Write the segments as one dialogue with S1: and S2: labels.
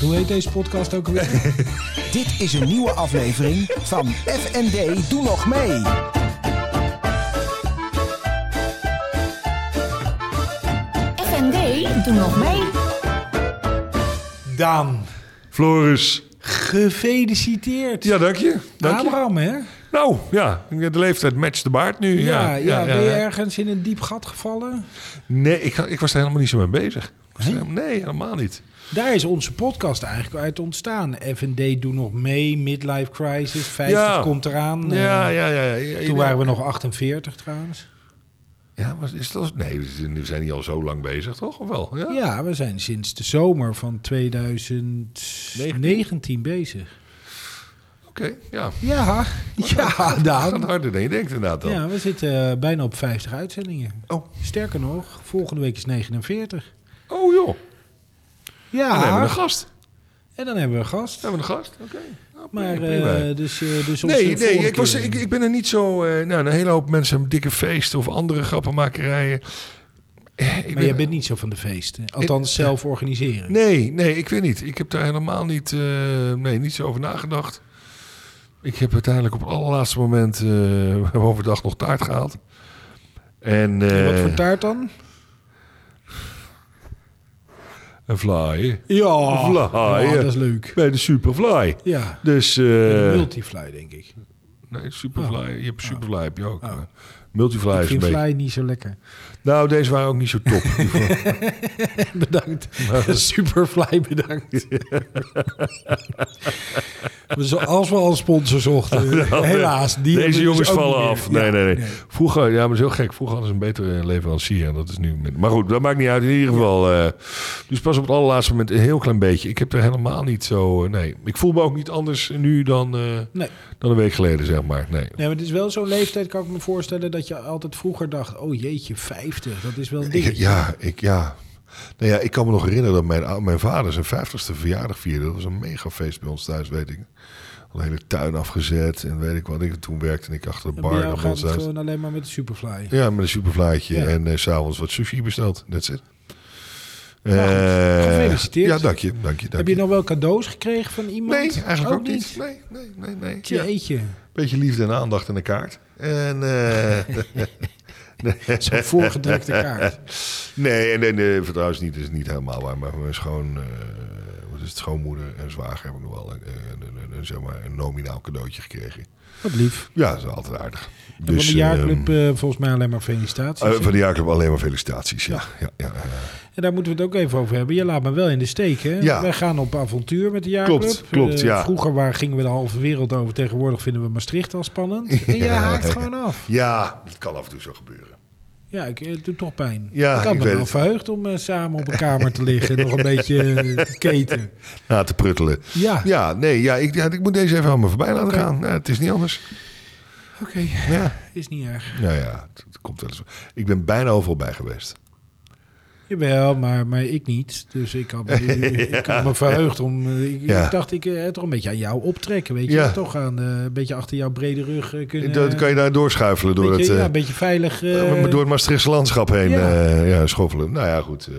S1: Hoe heet deze podcast ook alweer?
S2: Dit is een nieuwe aflevering van FND Doe Nog Mee.
S3: FND, doe nog mee.
S1: Daan,
S4: Floris.
S1: gefeliciteerd.
S4: Ja, dank je. Dank je.
S1: Abraham, hè?
S4: Nou, ja, de leeftijd matcht de baard nu.
S1: Ja, ja, ben je
S4: ja.
S1: ergens in een diep gat gevallen?
S4: Nee, ik, ik was er helemaal niet zo mee bezig. Ik was er helemaal- Nee, helemaal niet.
S1: Daar is onze podcast eigenlijk uit ontstaan. FND doe nog mee, midlife crisis, 50
S4: Ja.
S1: komt eraan.
S4: Ja, ja,
S1: Eh,
S4: ja. ja, ja.
S1: Toen waren we nog 48 trouwens.
S4: Ja, maar is dat... Nee, we zijn- we zijn niet al zo lang bezig, toch? Of wel? Ja.
S1: Ja, we zijn sinds de zomer van 2019 bezig.
S4: Oké, ja.
S1: Ja, ja, Daan.
S4: Dat gaat harder dan je denkt inderdaad dan.
S1: Ja, we zitten eh, bijna op 50 uitzendingen.
S4: Oh.
S1: Sterker nog, volgende week is 49.
S4: Oh joh, dan
S1: Ja,
S4: hebben we een gast. Oh, Dan
S1: en dan hebben we een gast.
S4: hebben we een gast, oké. Nou,
S1: Maar
S4: prima, prima.
S1: eh, dus, eh, dus onze
S4: Nee, nee
S1: volgende
S4: ik, was,
S1: keer-
S4: ik, ik ben er niet zo... eh, nou, een hele hoop mensen hebben dikke feesten of andere grappenmakerijen. Eh, Ik
S1: maar
S4: ben-
S1: jij bent niet zo van de feesten. Althans,
S4: Ik-
S1: zelf organiseren.
S4: Nee, nee, ik weet niet. Ik heb daar helemaal niet, eh, nee, niet zo over nagedacht. Ik heb uiteindelijk op het allerlaatste moment eh, overdag nog taart gehaald. En,
S1: En
S4: eh,
S1: Wat voor taart dan?
S4: Een fly.
S1: Ja,
S4: Vlaaien.
S1: ja, Oh, dat is leuk.
S4: Bij de Superfly.
S1: Ja,
S4: Dus, eh,
S1: de Multifly denk ik.
S4: nee, Superfly. Je hebt Superfly heb je ook.
S1: Oh.
S4: maar Multifly
S1: Ik
S4: is een
S1: vind
S4: beetje.
S1: Fly niet zo lekker.
S4: Nou, deze waren ook niet zo top.
S1: Bedankt. Superfly bedankt. dus als we al een sponsor zochten, helaas. Die hebben
S4: Oh, Deze
S1: we
S4: jongens
S1: dus ook
S4: vallen
S1: niet
S4: af.
S1: meer.
S4: Nee, nee, nee,
S1: Ja,
S4: Vroeger, ja, maar zo gek. Vroeger hadden ze een betere leverancier. En dat is nu. minder. Maar goed, dat maakt niet uit. In ieder geval. eh, dus pas op het allerlaatste moment een heel klein beetje. Ik heb er helemaal niet zo. eh, nee, ik voel me ook niet anders nu dan, eh,
S1: Nee.
S4: dan een week geleden, zeg maar. Nee.
S1: Nee, maar het is wel zo'n leeftijd, kan ik me voorstellen, dat je altijd vroeger dacht, oh jeetje, 50, dat is wel een
S4: Ik,
S1: dingetje.
S4: ja, ik, ja. Nou ja, ik kan me nog herinneren dat mijn, ou- mijn vader zijn 50ste verjaardag vierde. Dat was een megafeest bij ons thuis, weet ik. Al de hele tuin afgezet en weet ik wat. Ik, toen werkte ik achter de
S1: En
S4: bar.
S1: bij jou
S4: nog
S1: gaat het
S4: thuis.
S1: gewoon alleen maar met de Superfly.
S4: Ja, met een supervlaatje
S1: Ja.
S4: en eh, s s'avonds wat sushi besteld. That's it.
S1: Nou, goed.
S4: Eh,
S1: Gefeliciteerd.
S4: Ja, dank je. Dank je, dank
S1: Heb je nog wel cadeaus gekregen van iemand?
S4: Nee, eigenlijk ook, niet. Nee, nee, nee. nee. Ja.
S1: Jeetje,
S4: Beetje liefde en aandacht en een kaart. En, eh,
S1: zo'n voorgedrukte kaart.
S4: nee, en- en eh, trouwens niet, is niet helemaal waar. Maar mijn schoon, eh, wat is het, schoonmoeder en zwager heb ik nog wel een, eh, een, een- een- zeg maar een nominaal cadeautje gekregen.
S1: Wat lief.
S4: Ja, dat is altijd aardig.
S1: En van de jaarclub
S4: ehm,
S1: eh, volgens mij alleen maar felicitaties.
S4: eh, van de jaarclub alleen maar felicitaties. Ja, ja, ja, ja.
S1: En daar moeten we het ook even over hebben. Je laat me wel in de steek, hè?
S4: Ja.
S1: Wij gaan op avontuur met de jaarclub.
S4: Klopt, klopt,
S1: Eh,
S4: ja.
S1: Vroeger waar gingen we de halve wereld over. Tegenwoordig vinden we Maastricht al spannend. En jij haakt gewoon af.
S4: ja, dat kan af en toe zo gebeuren.
S1: Ja, ik, het doet toch pijn.
S4: Ja,
S1: ik had
S4: ik
S1: me
S4: weet
S1: wel
S4: het.
S1: verheugd om eh, samen op een kamer te liggen. en nog een beetje eh, te keten.
S4: na te pruttelen.
S1: Ja,
S4: Ja, nee, ja, ik, ja, ik moet deze even aan me voorbij laten
S1: Oké.
S4: gaan. Ja, het is niet anders.
S1: oké.
S4: Ja,
S1: Is niet erg.
S4: nou ja, het, het komt wel eens. Ik ben bijna overal bij geweest.
S1: Jawel, maar, maar ik niet. Dus ik had, me- ik had me verheugd om... eh, Ik,
S4: Ja.
S1: ik dacht, ik eh, toch een beetje aan jou optrekken, weet je.
S4: Ja.
S1: Toch aan, eh, een beetje achter jouw brede rug eh, kunnen...
S4: dat kan je daar doorschuifelen door
S1: beetje,
S4: het, eh,
S1: ja, een beetje veilig... eh,
S4: door het Maastrichtse landschap heen
S1: Ja.
S4: eh, ja, schoffelen. Nou ja, goed. eh,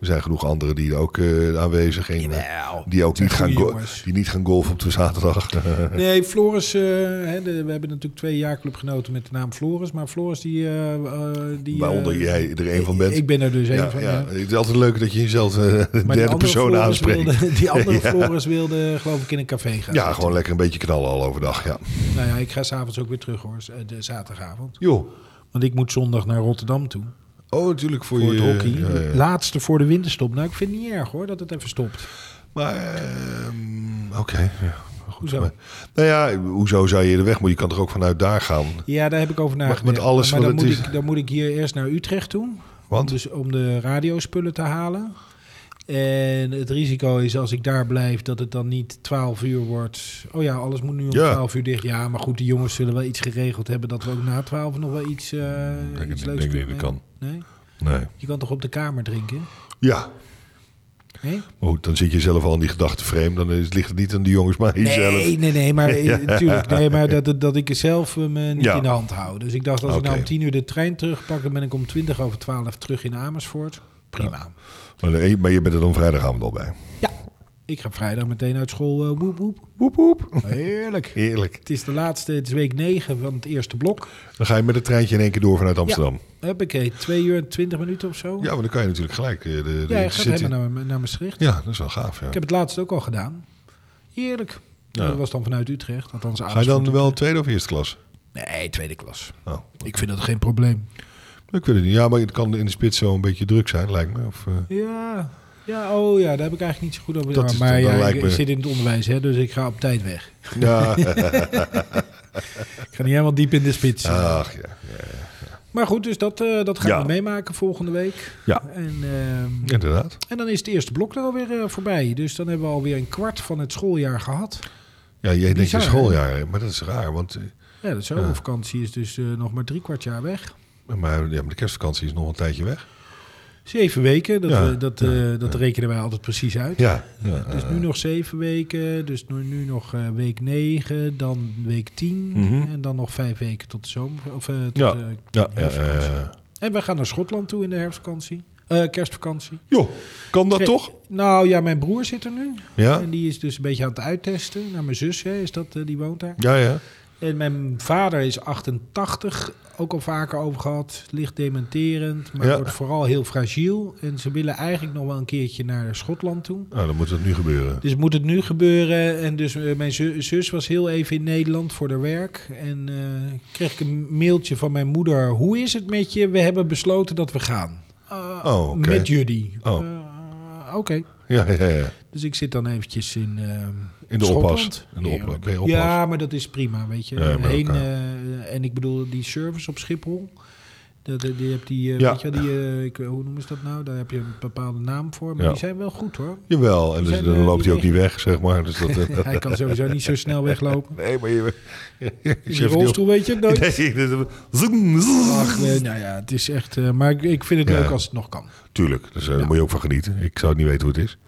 S4: er zijn genoeg anderen die er ook eh, aanwezig zijn.
S1: Jawel.
S4: Die ook
S1: Zijn
S4: niet gaan,
S1: goeie
S4: go-
S1: jongens.
S4: die niet gaan golven op de zaterdag.
S1: Nee, Floris, eh, hè, de- we hebben natuurlijk twee jaarclubgenoten met de naam Floris. Maar Floris, die... eh, eh, die
S4: Waaronder
S1: eh,
S4: jij er een van bent.
S1: Ik ben er dus één
S4: ja,
S1: van,
S4: ja.
S1: ja.
S4: Het is altijd leuk dat je jezelf eh, de
S1: Maar die
S4: derde
S1: andere
S4: persoon
S1: Floris
S4: aanspreekt.
S1: wilde- die andere
S4: Ja.
S1: Floris wilde, geloof ik, in een café gaan.
S4: Ja, gewoon lekker een beetje knallen al overdag. Ja.
S1: Nou ja, ik ga s'avonds ook weer terug, hoor. s- eh, De zaterdagavond.
S4: Joh.
S1: Want ik moet zondag naar Rotterdam toe.
S4: Oh, natuurlijk voor,
S1: Voor het
S4: je
S1: hockey.
S4: ja, ja.
S1: Laatste voor de winterstop. Nou, ik vind het niet erg, hoor, dat het even
S4: Oh,
S1: stopt.
S4: Maar, ehm, oké. ja, goed.
S1: Hoezo?
S4: Maar- nou ja, hoezo zou je de weg moeten? Je kan toch ook vanuit daar gaan?
S1: Ja, daar heb ik over nagedacht.
S4: met alles
S1: maar
S4: wat
S1: dan, moet
S4: het is-
S1: ik, dan moet ik hier eerst naar Utrecht toe.
S4: Want?
S1: Dus om de radiospullen te halen. En het risico is als ik daar blijf dat het dan niet 12 uur wordt. Oh ja, alles moet nu om
S4: Ja.
S1: 12 uur dicht. Ja, maar goed, de jongens zullen wel iets geregeld hebben dat we ook na 12 nog wel iets, eh
S4: denk
S1: iets
S4: het-
S1: leuks
S4: denk
S1: kunnen
S4: niet, dat
S1: nemen. Nee?
S4: Nee.
S1: Je kan toch op de kamer drinken?
S4: Ja,
S1: Nee?
S4: maar goed, dan zit je zelf al in die gedachtenframe. Dan is, ligt het niet aan de jongens, maar aan jezelf.
S1: Nee, nee, nee, maar, natuurlijk, nee, maar dat, dat- dat ik het zelf eh, me niet
S4: Ja.
S1: in de hand hou. Dus ik dacht, als ik nou
S4: Oké.
S1: om tien uur de trein terugpak, dan ben ik om 20 over 12 terug in Amersfoort. Prima.
S4: Maar, nee, maar je bent er dan vrijdagavond al bij.
S1: Ja. Ik ga vrijdag meteen uit school. eh, woep, woep.
S4: Woep, woep.
S1: Heerlijk.
S4: Heerlijk.
S1: Het is de laatste, het is week 9 van het eerste blok.
S4: Dan ga je met het treintje in één keer door vanuit Amsterdam.
S1: Huppakee, 2 uur en 20 minuten of zo.
S4: Ja, maar dan kan je natuurlijk gelijk eh, de, de
S1: ja je gaat
S4: city-
S1: helemaal naar, naar Maastricht.
S4: Ja, dat is wel gaaf. Ja.
S1: Ik heb het laatst ook al gedaan. Heerlijk.
S4: Ja.
S1: Dat was dan vanuit Utrecht. Althans,
S4: Ga je dan
S1: Amersfoort.
S4: wel tweede of eerste klas?
S1: Nee, tweede klas.
S4: Oh.
S1: Ik vind dat geen probleem.
S4: Ik weet het niet. Ja, maar het kan in de spits zo een beetje druk zijn, lijkt me. Of, eh,
S1: Ja, ja oh ja, daar heb ik eigenlijk niet zo goed over
S4: Dat
S1: gedaan.
S4: is
S1: Maar
S4: toch- dat
S1: ja, ik,
S4: lijkt me-
S1: ik zit in het onderwijs, hè, dus ik ga op tijd weg.
S4: ja,
S1: Ik ga niet helemaal diep in de spits.
S4: ach ja.
S1: Maar goed, dus dat, eh, dat gaan
S4: Ja.
S1: we meemaken volgende week.
S4: Ja.
S1: En, ehm,
S4: Inderdaad.
S1: en dan is het eerste blok er alweer eh, voorbij. Dus dan hebben we alweer een kwart van het schooljaar gehad.
S4: Ja, jij denkt
S1: Bizar,
S4: je
S1: hè?
S4: schooljaar, hè? maar dat is raar. Want, eh,
S1: Ja, de zomervakantie is dus eh, nog maar drie kwart jaar weg.
S4: maar, ja, maar de kerstvakantie is nog een tijdje weg.
S1: Zeven weken, dat,
S4: Ja,
S1: we- dat, eh, dat rekenen wij altijd precies uit.
S4: Ja, ja, eh.
S1: Dus nu nog zeven weken, dus nu, nu nog eh, week negen, dan week tien
S4: Mhm.
S1: en dan nog vijf weken tot de zomer. Of, eh, tot,
S4: ja,
S1: eh,
S4: ja, ja,
S1: herfstvakantie.
S4: eh,
S1: En we gaan naar Schotland toe in de herfstvakantie. Eh, kerstvakantie.
S4: joh, kan dat
S1: Kijk,
S4: toch?
S1: Nou ja, mijn broer zit er nu.
S4: Ja,
S1: En die is dus een beetje aan het uittesten. Nou, mijn zus hè, is dat, eh, die woont daar.
S4: ja, ja.
S1: En mijn vader is 88, ook al vaker over gehad. Licht dementerend, maar
S4: Ja.
S1: wordt vooral heel fragiel. En ze willen eigenlijk nog wel een keertje naar Schotland toe.
S4: Nou, dan moet het nu gebeuren.
S1: Dus moet het nu gebeuren? En dus eh, mijn zu- zus was heel even in Nederland voor haar werk. En eh, kreeg ik een mailtje van mijn moeder. Hoe is het met je? We hebben besloten dat we gaan. Eh,
S4: Oh, oké.
S1: Met jullie.
S4: Oh.
S1: Eh, Oké.
S4: Ja, ja, ja.
S1: Dus ik zit dan eventjes in ehm,
S4: In de
S1: Schotland.
S4: oppas. In de oppa-
S1: Heerlijk.
S4: ben je oppas?
S1: Ja, maar dat is prima, weet je.
S4: Ja, maar
S1: Heen,
S4: elkaar.
S1: eh, en ik bedoel, die service op Schiphol. Dat, die, die, heb die, eh,
S4: Ja.
S1: weet je, wel, die eh, ik, hoe noemen ze dat nou? Daar heb je een bepaalde naam voor. Maar
S4: Ja.
S1: die zijn wel goed, hoor.
S4: Jawel, en
S1: We
S4: dus,
S1: zijn,
S4: dan
S1: eh,
S4: loopt hij ook
S1: niet
S4: niet weg, zeg maar. Dus dat, eh,
S1: Hij kan sowieso niet zo snel weglopen.
S4: nee, maar je... je
S1: In die
S4: zegt,
S1: rolstoel weet je het
S4: joh,
S1: nooit.
S4: Nee, dat- zoem, zoem.
S1: Ach, eh, nou ja, het is echt... eh, maar ik, ik vind het
S4: Ja.
S1: leuk als het nog kan.
S4: Tuurlijk, dus, eh, daar
S1: Ja.
S4: moet je ook van genieten. Ik zou niet weten hoe het is.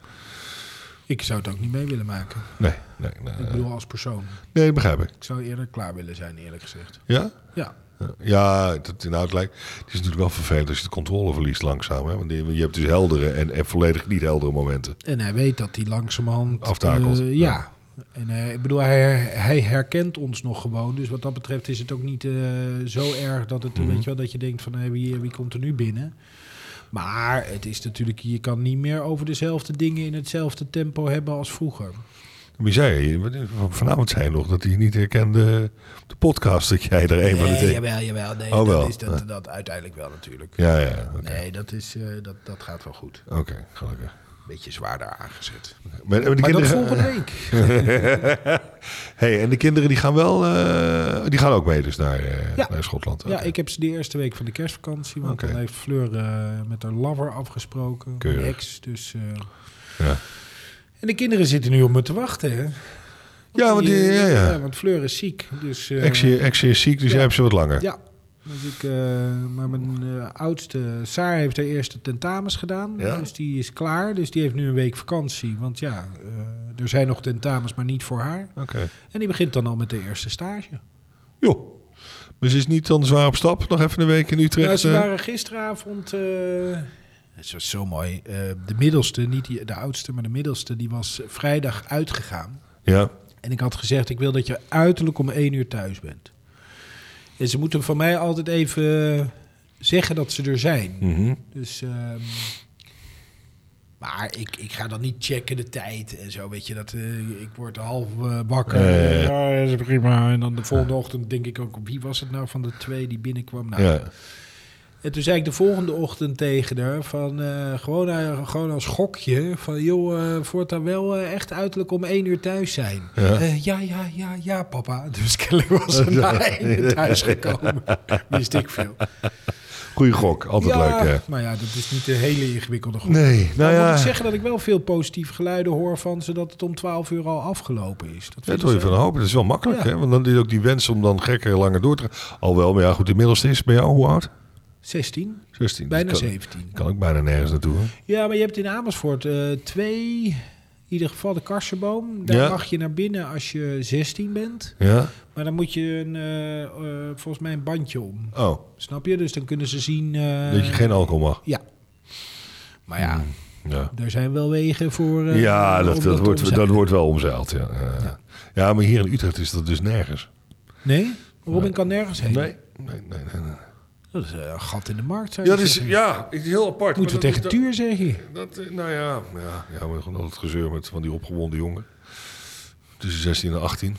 S1: Ik zou het ook niet mee willen maken.
S4: Nee, nee, nee.
S1: Ik bedoel, als persoon.
S4: Nee, begrijp ik.
S1: Ik zou eerder klaar willen zijn, eerlijk gezegd.
S4: Ja?
S1: Ja.
S4: Ja, dat inhoud lijkt. Het is natuurlijk wel vervelend als je de controle verliest langzaam. Hè? Want je je hebt dus heldere en, en volledig niet heldere momenten.
S1: En hij weet dat hij langzamerhand...
S4: Aftakelt.
S1: eh, ja. En eh, ik bedoel, hij, hij herkent ons nog gewoon. Dus wat dat betreft is het ook niet eh, zo erg dat, het, eh,
S4: Mhm.
S1: weet je wel, dat je denkt van hé, wie, wie komt er nu binnen. Maar het is natuurlijk, je kan niet meer over dezelfde dingen in hetzelfde tempo hebben als vroeger.
S4: Wie zei je? Vanavond zei je nog dat hij niet herkende op de podcast dat jij er een van de
S1: Nee,
S4: twee...
S1: jawel, jawel. Nee,
S4: Oh,
S1: dat
S4: wel.
S1: is dat, dat uiteindelijk wel natuurlijk.
S4: Ja, ja. Oké,
S1: Nee, dat, is, eh, dat, dat gaat wel goed.
S4: Oké, gelukkig.
S1: Beetje zwaarder aangezet.
S4: Maar, maar de
S1: Maar dat
S4: kinderen-
S1: volgende week.
S4: hey, en de kinderen die gaan wel... eh, die gaan ook mee dus naar, eh,
S1: Ja.
S4: naar Schotland.
S1: Ja, ik heb ze de eerste week van de kerstvakantie. Want
S4: Oké.
S1: dan heeft Fleur eh, met haar lover afgesproken.
S4: Keurig.
S1: Mijn ex, dus... eh,
S4: Ja.
S1: En de kinderen zitten nu op me te wachten, hè?
S4: Ja, want die- ja, ja.
S1: want Fleur is ziek, dus... eh,
S4: Exie, Exie is ziek, dus
S1: Ja.
S4: jij hebt ze wat langer.
S1: Ja. Dus ik, eh, maar mijn eh, oudste, Saar, heeft haar eerste tentamens gedaan.
S4: Ja.
S1: Dus die is klaar. Dus die heeft nu een week vakantie. Want ja, eh, er zijn nog tentamens, maar niet voor haar.
S4: Oké.
S1: En die begint dan al met de eerste stage.
S4: Joh. Maar ze is niet dan zwaar op stap? Nog even een week in Utrecht?
S1: Ja, Nou, ze
S4: eh?
S1: waren gisteravond... eh, het was zo mooi. eh, de middelste, niet die- de oudste, maar de middelste... die was vrijdag uitgegaan.
S4: Ja.
S1: En ik had gezegd, ik wil dat je uiterlijk om één uur thuis bent. En ze moeten van mij altijd even eh, zeggen dat ze er zijn.
S4: Mhm.
S1: Dus, ehm, maar ik, ik ga dan niet checken de tijd en zo. Weet je, dat, eh, ik word half eh, wakker.
S4: Eh.
S1: ja, dat is prima. En dan de volgende ochtend denk ik ook, wie was het nou van de twee die binnenkwam? Nou,
S4: ja.
S1: En toen zei ik de volgende ochtend tegen haar, van, eh, gewoon, eh, gewoon als gokje, van joh, eh voortaan wel eh, echt uiterlijk om één uur thuis zijn.
S4: Ja.
S1: Eh, ja, ja, ja, ja, papa. Dus kennelijk was ze na één uur thuis gekomen. Wist ik veel.
S4: Goeie gok. Altijd
S1: ja,
S4: leuk, hè?
S1: Maar ja, dat is niet een hele ingewikkelde gok.
S4: Nee, nou
S1: Nou
S4: ja.
S1: moet ik zeggen dat ik wel veel positieve geluiden hoor van ze dat het om 12 uur al afgelopen is. Dat
S4: Ja,
S1: vind
S4: dat hoor je
S1: ik zo.
S4: van een hoop. Dat is wel makkelijk,
S1: dus, eh, Ja.
S4: hè? Want dan is ook die wens om dan gekker langer door te gaan. Alhoewel, maar ja, goed, inmiddels is bij jou hoe oud?
S1: 16,
S4: 16.
S1: bijna
S4: Dus kan,
S1: 17.
S4: Kan ook bijna nergens naartoe, hè?
S1: Ja, maar je hebt in Amersfoort eh, twee, in ieder geval de Karsenboom. Daar
S4: Ja.
S1: mag je naar binnen als je 16 bent.
S4: Ja?
S1: Maar dan moet je een, eh, eh, volgens mij een bandje om.
S4: Oh,
S1: Snap je? Dus dan kunnen ze zien... eh,
S4: dat je geen alcohol mag.
S1: Ja. Maar ja,
S4: Ja,
S1: Daar zijn wel wegen voor. eh,
S4: Hmm. ja
S1: om
S4: dat, dat,
S1: te
S4: wordt, dat
S1: omzeilen.
S4: wordt wel omzeild. Ja. Ja. ja, maar hier in Utrecht is dat dus nergens.
S1: Nee? Robin kan nergens heen.
S4: Nee, nee, nee. nee, nee.
S1: Dat is eh, een gat in de markt. Zou
S4: Ja,
S1: je
S4: dat is,
S1: zeggen.
S4: ja, is heel apart.
S1: Moeten we
S4: maar dat
S1: tegen
S4: is-
S1: Tuur zeggen?
S4: Dat, eh, nou ja, ja, ja we gewoon al het gezeur met van die opgewonden jongen. Tussen 16 en 18.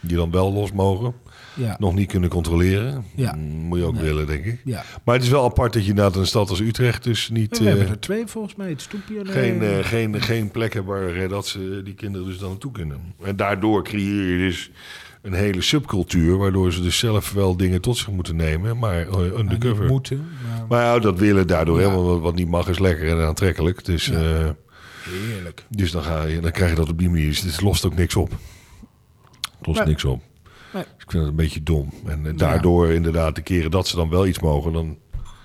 S4: Die dan wel los mogen.
S1: Ja.
S4: Nog niet kunnen controleren.
S1: Ja.
S4: Mm, Moet je ook willen, denk ik.
S1: ja.
S4: Maar het is wel apart dat je inderdaad een stad als Utrecht dus niet...
S1: We
S4: eh,
S1: hebben er twee volgens mij. Het stoepje. en, eh,
S4: geen, eh, geen, geen plek hebben waar eh, dat ze die kinderen dus dan naartoe kunnen. En daardoor creëer je dus een hele subcultuur... waardoor ze dus zelf wel dingen tot zich moeten nemen, maar eh,
S1: nou, niet
S4: undercover.
S1: moeten. Maar
S4: Maar ja, dat willen daardoor
S1: Ja.
S4: helemaal. Wat, wat niet mag is lekker en aantrekkelijk. Dus, eh,
S1: heerlijk.
S4: dus dan, ga je, dan krijg je dat op die manier. Dus het lost ook niks op. Het lost
S1: Nee.
S4: niks op.
S1: Nee.
S4: Dus ik vind het een beetje dom. En eh, daardoor inderdaad, de keren dat ze dan wel iets mogen... dan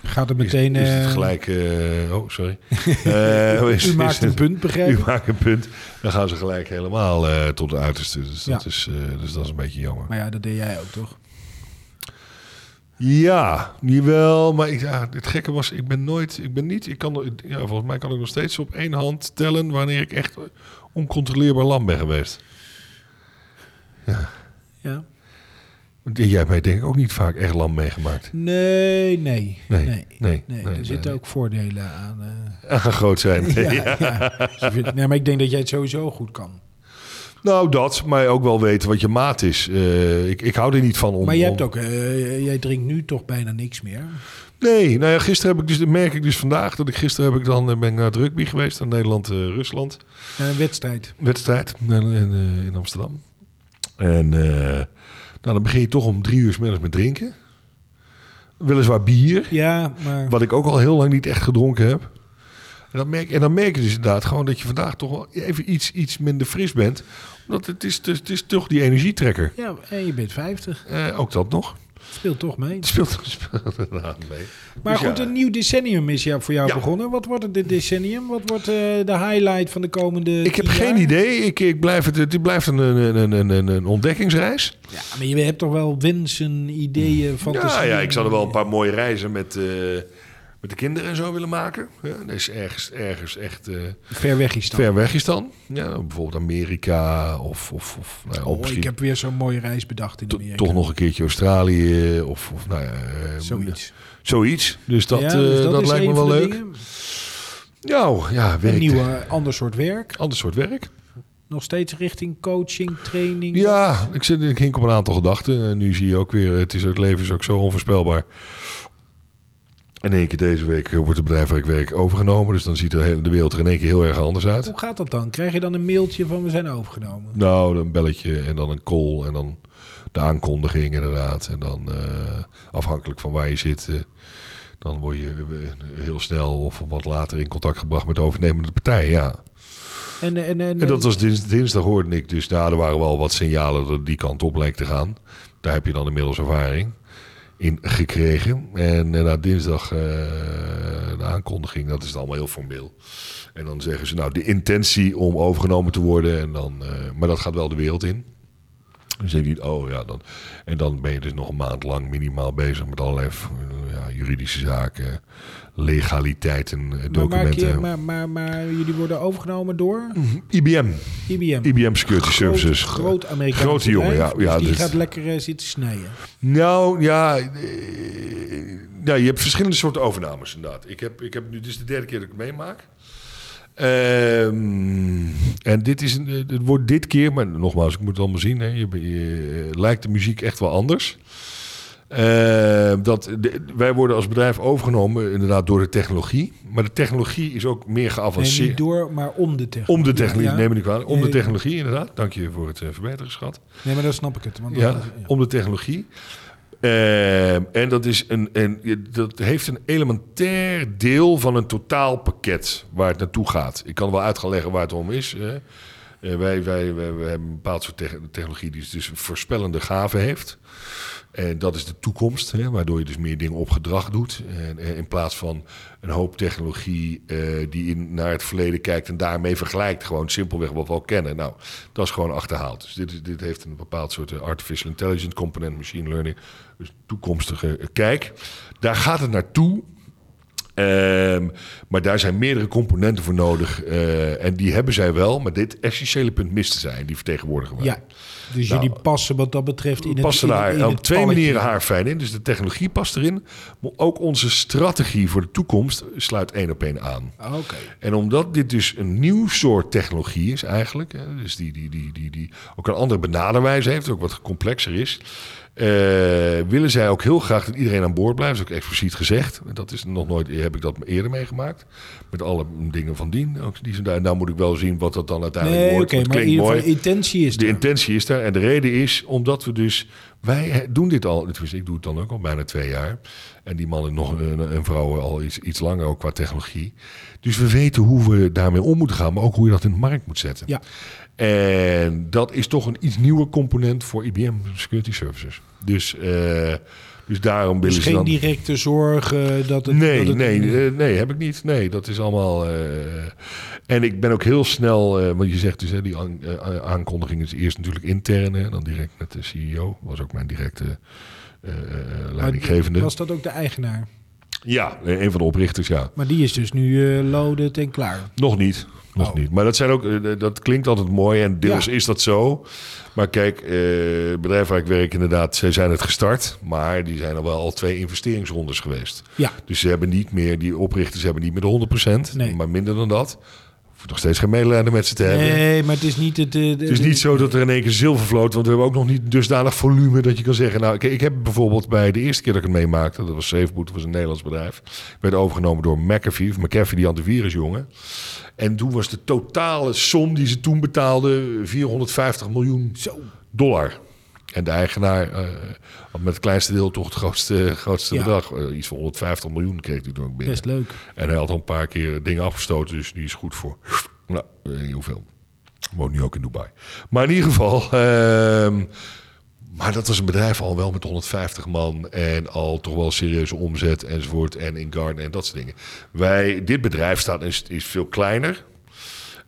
S1: Gaat er
S4: is,
S1: meteen...
S4: is het
S1: eh,
S4: gelijk... eh, oh, sorry. Eh, is-
S1: U
S4: is
S1: maakt een
S4: het-
S1: punt, begrijp
S4: U
S1: ik.
S4: maakt een punt. Dan gaan ze gelijk helemaal eh, tot de uiterste. Dus dat,
S1: Ja.
S4: is, eh, dus dat is een beetje jammer.
S1: Maar ja, dat deed jij ook toch?
S4: Ja, jawel. Maar ik, ja, het gekke was, ik ben nooit, ik ben niet, ik kan, nog- ja, volgens mij kan ik nog steeds op één hand tellen wanneer ik echt oncontroleerbaar lam ben geweest.
S1: Ja.
S4: Want Jij hebt mij denk ik ook niet vaak echt lam meegemaakt.
S1: Nee, nee.
S4: Nee,
S1: Nee,
S4: nee,
S1: nee,
S4: nee,
S1: er
S4: nee,
S1: zitten
S4: nee.
S1: ook voordelen aan. eh.
S4: Aan groot zijn.
S1: ja, ja. Dus je vindt- Nee, maar ik denk dat jij het sowieso goed kan.
S4: Nou, dat, maar ook wel weten wat je maat is. Eh, ik, ik hou er niet van om.
S1: Maar jij,
S4: om-
S1: hebt ook, eh, jij drinkt nu toch bijna niks meer.
S4: Nee, nou ja, gisteren heb ik dus, dat merk ik dus vandaag, dat ik gisteren heb ik dan, eh, ben ik naar het rugby geweest, aan Nederland-Rusland. eh,
S1: Na een wedstrijd.
S4: wedstrijd eh, in, in, in Amsterdam. En eh, nou, dan begin je toch om drie uur 's middags met drinken. Weliswaar bier,
S1: Ja, maar...
S4: wat ik ook al heel lang niet echt gedronken heb. En, dat merk, en dan merk je dus inderdaad gewoon dat je vandaag toch wel even iets, iets minder fris bent. Omdat het is, het is toch die energietrekker.
S1: Ja, en je bent 50.
S4: Eh, ook dat nog.
S1: Speelt toch mee.
S4: Het speelt, het speelt inderdaad mee.
S1: Maar
S4: Dus ja.
S1: goed, een nieuw decennium is jou- voor jou
S4: Ja.
S1: begonnen. Wat wordt het dit decennium? Wat wordt eh, de highlight van de komende
S4: Ik heb
S1: tien
S4: geen
S1: jaar?
S4: idee. Ik, ik blijf het, het blijft een, een, een, een, een- een ontdekkingsreis.
S1: Ja, maar je hebt toch wel wensen, ideeën,
S4: Ja,
S1: fantasieën?
S4: ja, ik zou er wel een paar mooie reizen met, eh, met de kinderen en zo willen maken. Ja, dus ergens, ergens echt eh,
S1: Ver weg is dat. Oh,
S4: ver weg is dan. Ja, bijvoorbeeld Amerika of, of, of nou ja,
S1: Oh,
S4: misschien
S1: ik heb weer zo'n mooie reis bedacht in
S4: to-
S1: Amerika.
S4: toch nog een keertje Australië of, of nou ja, eh,
S1: Zoiets.
S4: zoiets. Dus dat,
S1: Ja,
S4: eh,
S1: dus
S4: dat,
S1: is
S4: lijkt me
S1: een
S4: wel
S1: van de
S4: leuk.
S1: dingen.
S4: Nou, ja,
S1: Een
S4: werk.
S1: nieuw eh, ander soort werk.
S4: Ander soort werk.
S1: Nog steeds richting coaching, training.
S4: Ja, ik, zit, ik hink op een aantal gedachten. En nu zie je ook weer, het, is, het leven is ook zo onvoorspelbaar. In één keer deze week wordt het bedrijf waar ik werk overgenomen. Dus dan ziet de, hele, de wereld er in één keer heel erg anders uit.
S1: Hoe gaat dat dan? Krijg je dan een mailtje van we zijn overgenomen?
S4: Nou, een belletje en dan een call en dan de aankondiging inderdaad. En dan eh, afhankelijk van waar je zit, eh, dan word je eh, heel snel of wat later in contact gebracht met de overnemende partij. Ja.
S1: En, en, en,
S4: En dat was dins- dinsdag hoorde ik dus, nou, er waren wel wat signalen dat het die kant op leek te gaan. Daar heb je dan inmiddels ervaring in gekregen. En eh, na dinsdag eh, de aankondiging, dat is dan allemaal heel formeel. En dan zeggen ze, nou, de intentie om overgenomen te worden. En dan, eh, maar dat gaat wel de wereld in. Dus denk je, oh ja, dan. En dan ben je dus nog een maand lang minimaal bezig met allerlei eh, ja, juridische zaken, legaliteiten, eh,
S1: maar, maak
S4: documenten.
S1: je, maar, maar, maar jullie worden overgenomen door
S4: Mhm. IBM.
S1: IBM.
S4: IBM Security Services.
S1: Groot, groot Amerikaans
S4: Grote jongen,
S1: bedrijf,
S4: ja, ja,
S1: dus die
S4: dus-
S1: gaat lekker eh, zitten snijden.
S4: Nou, ja, eh, ja. Je hebt verschillende soorten overnames, inderdaad. Ik heb, ik heb nu, dit is de derde keer dat ik het meemaak. Ehm, en dit is een, eh, het wordt dit keer, maar nogmaals, ik moet het allemaal zien. Hè, je, be- je- eh, lijkt de muziek echt wel anders. Eh, dat, de- wij worden als bedrijf overgenomen, inderdaad, door de technologie. Maar de technologie is ook meer
S1: Nee,
S4: geavanceerd.
S1: niet door, maar om de techniek.
S4: om de technologie,
S1: Ja.
S4: neem me niet kwalijk. Om
S1: Nee.
S4: de technologie, inderdaad. Dank je voor het eh, verbeteren, schat.
S1: Nee, maar dan snap ik het. Want
S4: Ja,
S1: dan-
S4: om de technologie. Ehm, en dat, is een, en dat heeft een elementair deel van een totaalpakket waar het naartoe gaat. Ik kan wel uit gaan leggen waar het om is. Hè. Eh, wij, wij, wij, wij hebben een bepaald soort te- technologie die dus een voorspellende gave heeft. En dat is de toekomst, hè, waardoor je dus meer dingen op gedrag doet. En, eh, in plaats van een hoop technologie eh, die in, naar het verleden kijkt en daarmee vergelijkt. Gewoon simpelweg wat we al kennen. Nou, dat is gewoon achterhaald. Dus dit, is- dit heeft een bepaald soort eh, artificial intelligence component, machine learning. Dus toekomstige eh, kijk. Daar gaat het naartoe. Ehm, maar daar zijn meerdere componenten voor nodig. eh, en die hebben zij wel, maar dit essentiële punt miste zij. en Die vertegenwoordigen wij.
S1: Ja, dus
S4: Nou,
S1: jullie passen wat dat betreft in het
S4: past er
S1: in,
S4: haar
S1: in
S4: op
S1: het
S4: twee
S1: palletje.
S4: manieren haar fijn in. Dus de technologie past erin. Maar ook onze strategie voor de toekomst sluit één op één aan.
S1: Ah, Oké.
S4: En omdat dit dus een nieuw soort technologie is eigenlijk, hè, dus die, die, die, die, die ook een andere benaderwijze heeft, ook wat complexer is, eh, willen zij ook heel graag dat iedereen aan boord blijft. Dat is ook expliciet gezegd. Dat is nog nooit, heb ik dat eerder meegemaakt. Met alle dingen van dien. Ook die, zijn daar. nou moet ik wel zien wat dat dan uiteindelijk
S1: Nee, oké,
S4: wordt. want het
S1: maar in
S4: klinkt
S1: ieder
S4: mooi.
S1: geval intentie is
S4: De
S1: er.
S4: intentie is daar. En de reden is omdat we dus. Wij he- doen dit al. tenminste, Ik doe het dan ook al bijna twee jaar. En die mannen nog, eh, en en vrouwen al iets, iets langer ook qua technologie. Dus we weten hoe we daarmee om moeten gaan. Maar ook hoe je dat in de markt moet zetten.
S1: Ja.
S4: En dat is toch een iets nieuwe component voor IBM Security Services. Dus, eh, dus daarom willen
S1: Dus
S4: ze
S1: geen
S4: dan...
S1: directe zorg eh, dat het...
S4: Nee,
S1: dat het-
S4: nee, eh, nee, heb ik niet. Nee, dat is allemaal. eh, en ik ben ook heel snel, eh, want je zegt dus, hè, die aan- eh, aankondiging is eerst natuurlijk intern, hè, dan direct met de CEO. Was ook mijn directe eh, eh,
S1: Maar
S4: leidinggevende.
S1: Was dat ook de eigenaar?
S4: Ja, eh, een van de oprichters, ja.
S1: Maar die is dus nu eh loaded en klaar.
S4: Nog niet. Nog
S1: Oh.
S4: niet. Maar dat, zijn ook, eh, dat klinkt altijd mooi en deels
S1: Ja.
S4: is dat zo. Maar kijk, eh, het bedrijf waar ik werk inderdaad, zij zijn het gestart. Maar die zijn al wel al twee investeringsrondes geweest.
S1: Ja.
S4: Dus ze hebben niet meer, die oprichters hebben niet meer de 100%,
S1: Nee.
S4: maar minder dan dat. Hoeft nog steeds geen medelijden met ze te hebben.
S1: Nee, maar het is niet het... eh,
S4: Het is niet zo dat er in één keer zilver vloot, want we hebben ook nog niet dusdanig volume dat je kan zeggen. Nou, kijk, ik heb bijvoorbeeld bij de eerste keer dat ik het meemaakte, dat was Safeboot, dat was een Nederlands bedrijf, werd overgenomen door McAfee, of McAfee die antivirusjongen. En toen was de totale som die ze toen betaalden 450 miljoen dollar. En de eigenaar eh, had met het kleinste deel toch het grootste, grootste
S1: Ja.
S4: bedrag. Eh, iets van 150 miljoen kreeg hij toen ook binnen.
S1: Best leuk.
S4: En hij had al een paar keer dingen afgestoten, dus die is goed voor. Nou, ik weet niet hoeveel. Woont nu ook in Dubai. Maar in ieder geval. ehm, maar dat was een bedrijf al wel met 150 man en al toch wel serieuze omzet enzovoort. En in garden en dat soort dingen. Wij, dit bedrijf staat, is, is veel kleiner.